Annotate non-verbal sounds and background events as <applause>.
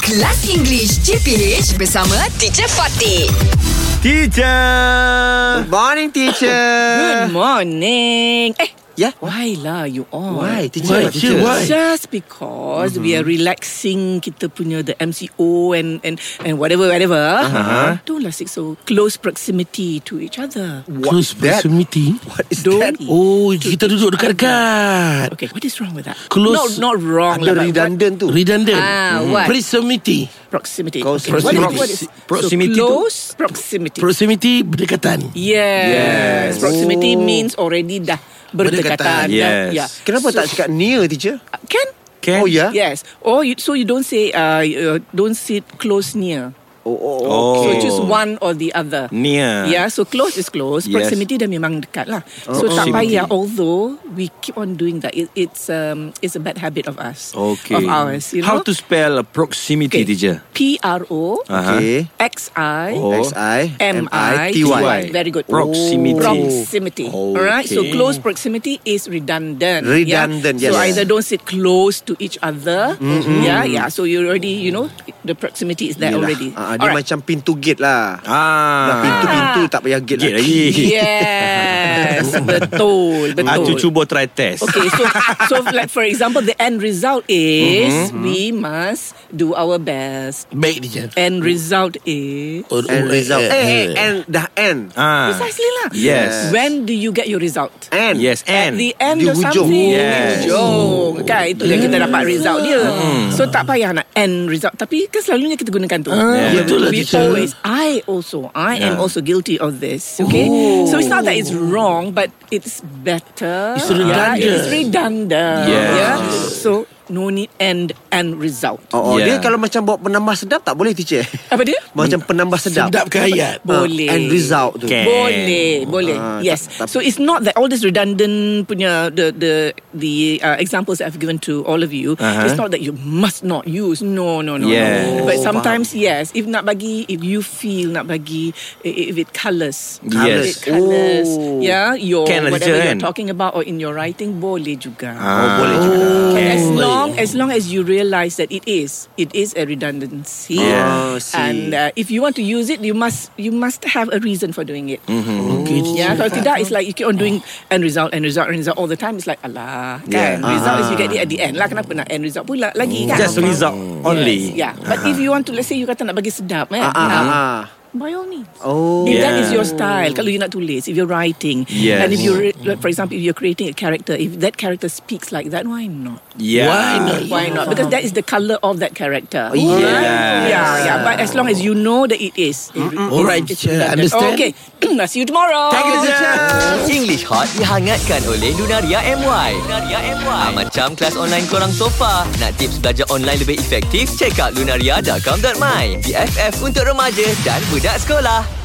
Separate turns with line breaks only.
Kelas English CPH bersama Teacher Fatih.
Teacher.
Morning, teacher.
Good morning. Eh,
Yeah.
why lah you all?
Why, teacher?
Why, teacher, why?
Just because we are relaxing kita punya the MCO and and and whatever whatever. Uh-huh. Don't lah sit so close proximity to each other.
Close
that?
proximity.
What is
Don't.
that?
Oh, kita duduk dekat-dekat.
Okay, what is wrong with that?
Close-
Not not wrong lah. but
Ada
what
redundant tu.
Redundant. Hmm.
Ah, what?
Proximity.
Proximity.
Close
Okay, what is-
proximity.
what is-
Proximity tu-
So close proximity.
Proximity berdekatan.
yes.
Yes.
Proximity
Oh.
means already dah berdekatan.
Berdekatan,
dah-
yes.
Yeah.
Kenapa
So-
tak cakap near, teacher?
Can?
Can?
Oh, yeah?
Yes. Or you, so you don't say uh, uh, don't sit close near.
Oh, oh,
Oh.
So choose one or the other.
Near.
Yeah, so close is close.
Yes.
Proximity dah memang dekat lah. So tak
proximity.
payah. Although we keep on doing that, it, it's um it's a bad habit of us.
Okay.
Of ours. You
How to
know?
spell proximity, teacher?
P R O
Okay.
X I
Oh.
X I
M I T Y. Very good.
Proximity.
Proximity.
Oh,
All right. So
okay.
close proximity is redundant.
Redundant,
Yeah? So
yes.
either don't sit close to each other. Yeah, yeah. So you already, you know, the proximity is there already.
Ah,
All
dia
right.
macam pintu gate lah. Dah
Ah.
pintu-pintu tak payah gate,
Gate
lagi.
lagi.
yes, betul,
Aku
betul.
Ah, cuba try test.
Okay, so so like for example, the end result is we must do our best.
Baik, teacher.
End result is
Oh,
And
oh,
result.
eh,
Eh, eh,
eh.
and dah end.
Ah.
precisely lah.
Yes.
When do you get your result?
End.
Yes,
At
and
the end
Di
of
hujung.
something
Yes.
Di hujung Kan itu yang kita
Hmm.
dapat result dia So tak payah nak end result Tapi kan selalunya kita gunakan tu
Yeah. betul lah,
We
teacher.
always I also I am
Yeah.
also guilty of this Okay
Oh.
So it's not that it's wrong But it's better
It's
Yeah,
redundant.
It's redundant
Yes.
yeah? So no need end end result
Oh, oh.
Yeah.
Dia kalau macam bawa penambah sedap tak boleh, teacher.
Apa dia?
macam penambah sedap.
Sedap ke ayat?
Ah,
Boleh.
End result tu.
Can. uh,
Boleh, boleh.
Ah,
yes.
tak- tak-
so it's not that all this redundant punya the the the uh, examples that I've given to all of you.
Uh-huh.
It's not that you must not use. No, no, no.
Yes.
no. But
Oh,
sometimes yes, if nak bagi, if you feel nak bagi, i- if it colours,
Yes.
it colours.
Oh.
Yeah, your
Can Ah. lah,
whatever
teacher,
you're
kan?
talking about or in your writing boleh juga.
Oh, boleh juga.
And as
Boleh.
long as long as you realize that it is it is a redundancy
Yeah. Oh, I see.
and uh, if you want to use it you must you must have a reason for doing it
Okay,
Yeah,
teacher.
kalau tidak it's like you keep on doing end result, end result, end result all the time. It's like alah,
Yeah.
kan? Result is you get it at the end lah. Kenapa nak end result pula lagi kan?
Just result only.
Yeah, but if you want to, let's say you kata nak bagi sedap, eh?
Ah, ah, ah, ah.
By all means.
Oh.
If
Yeah.
that is your style, kalau you nak tulis, if you're writing,
Yes.
and if you're, like, for example, if you're creating a character, if that character speaks like that, why not?
Yeah.
Why not?
Why not? Because that is the color of that character.
Yes.
Right? Yeah, yeah. But as long as you know that it is.
All right, teacher. Understand?
Okay. <clears throat> I'll see you tomorrow.
Thank you, teacher.
English Hot dihangatkan oleh Lunaria MY. Lunaria MY. Ah, macam kelas online korang sofa. Nak tips belajar online lebih efektif? Check out lunaria.com.my. BFF untuk remaja dan budak sekolah.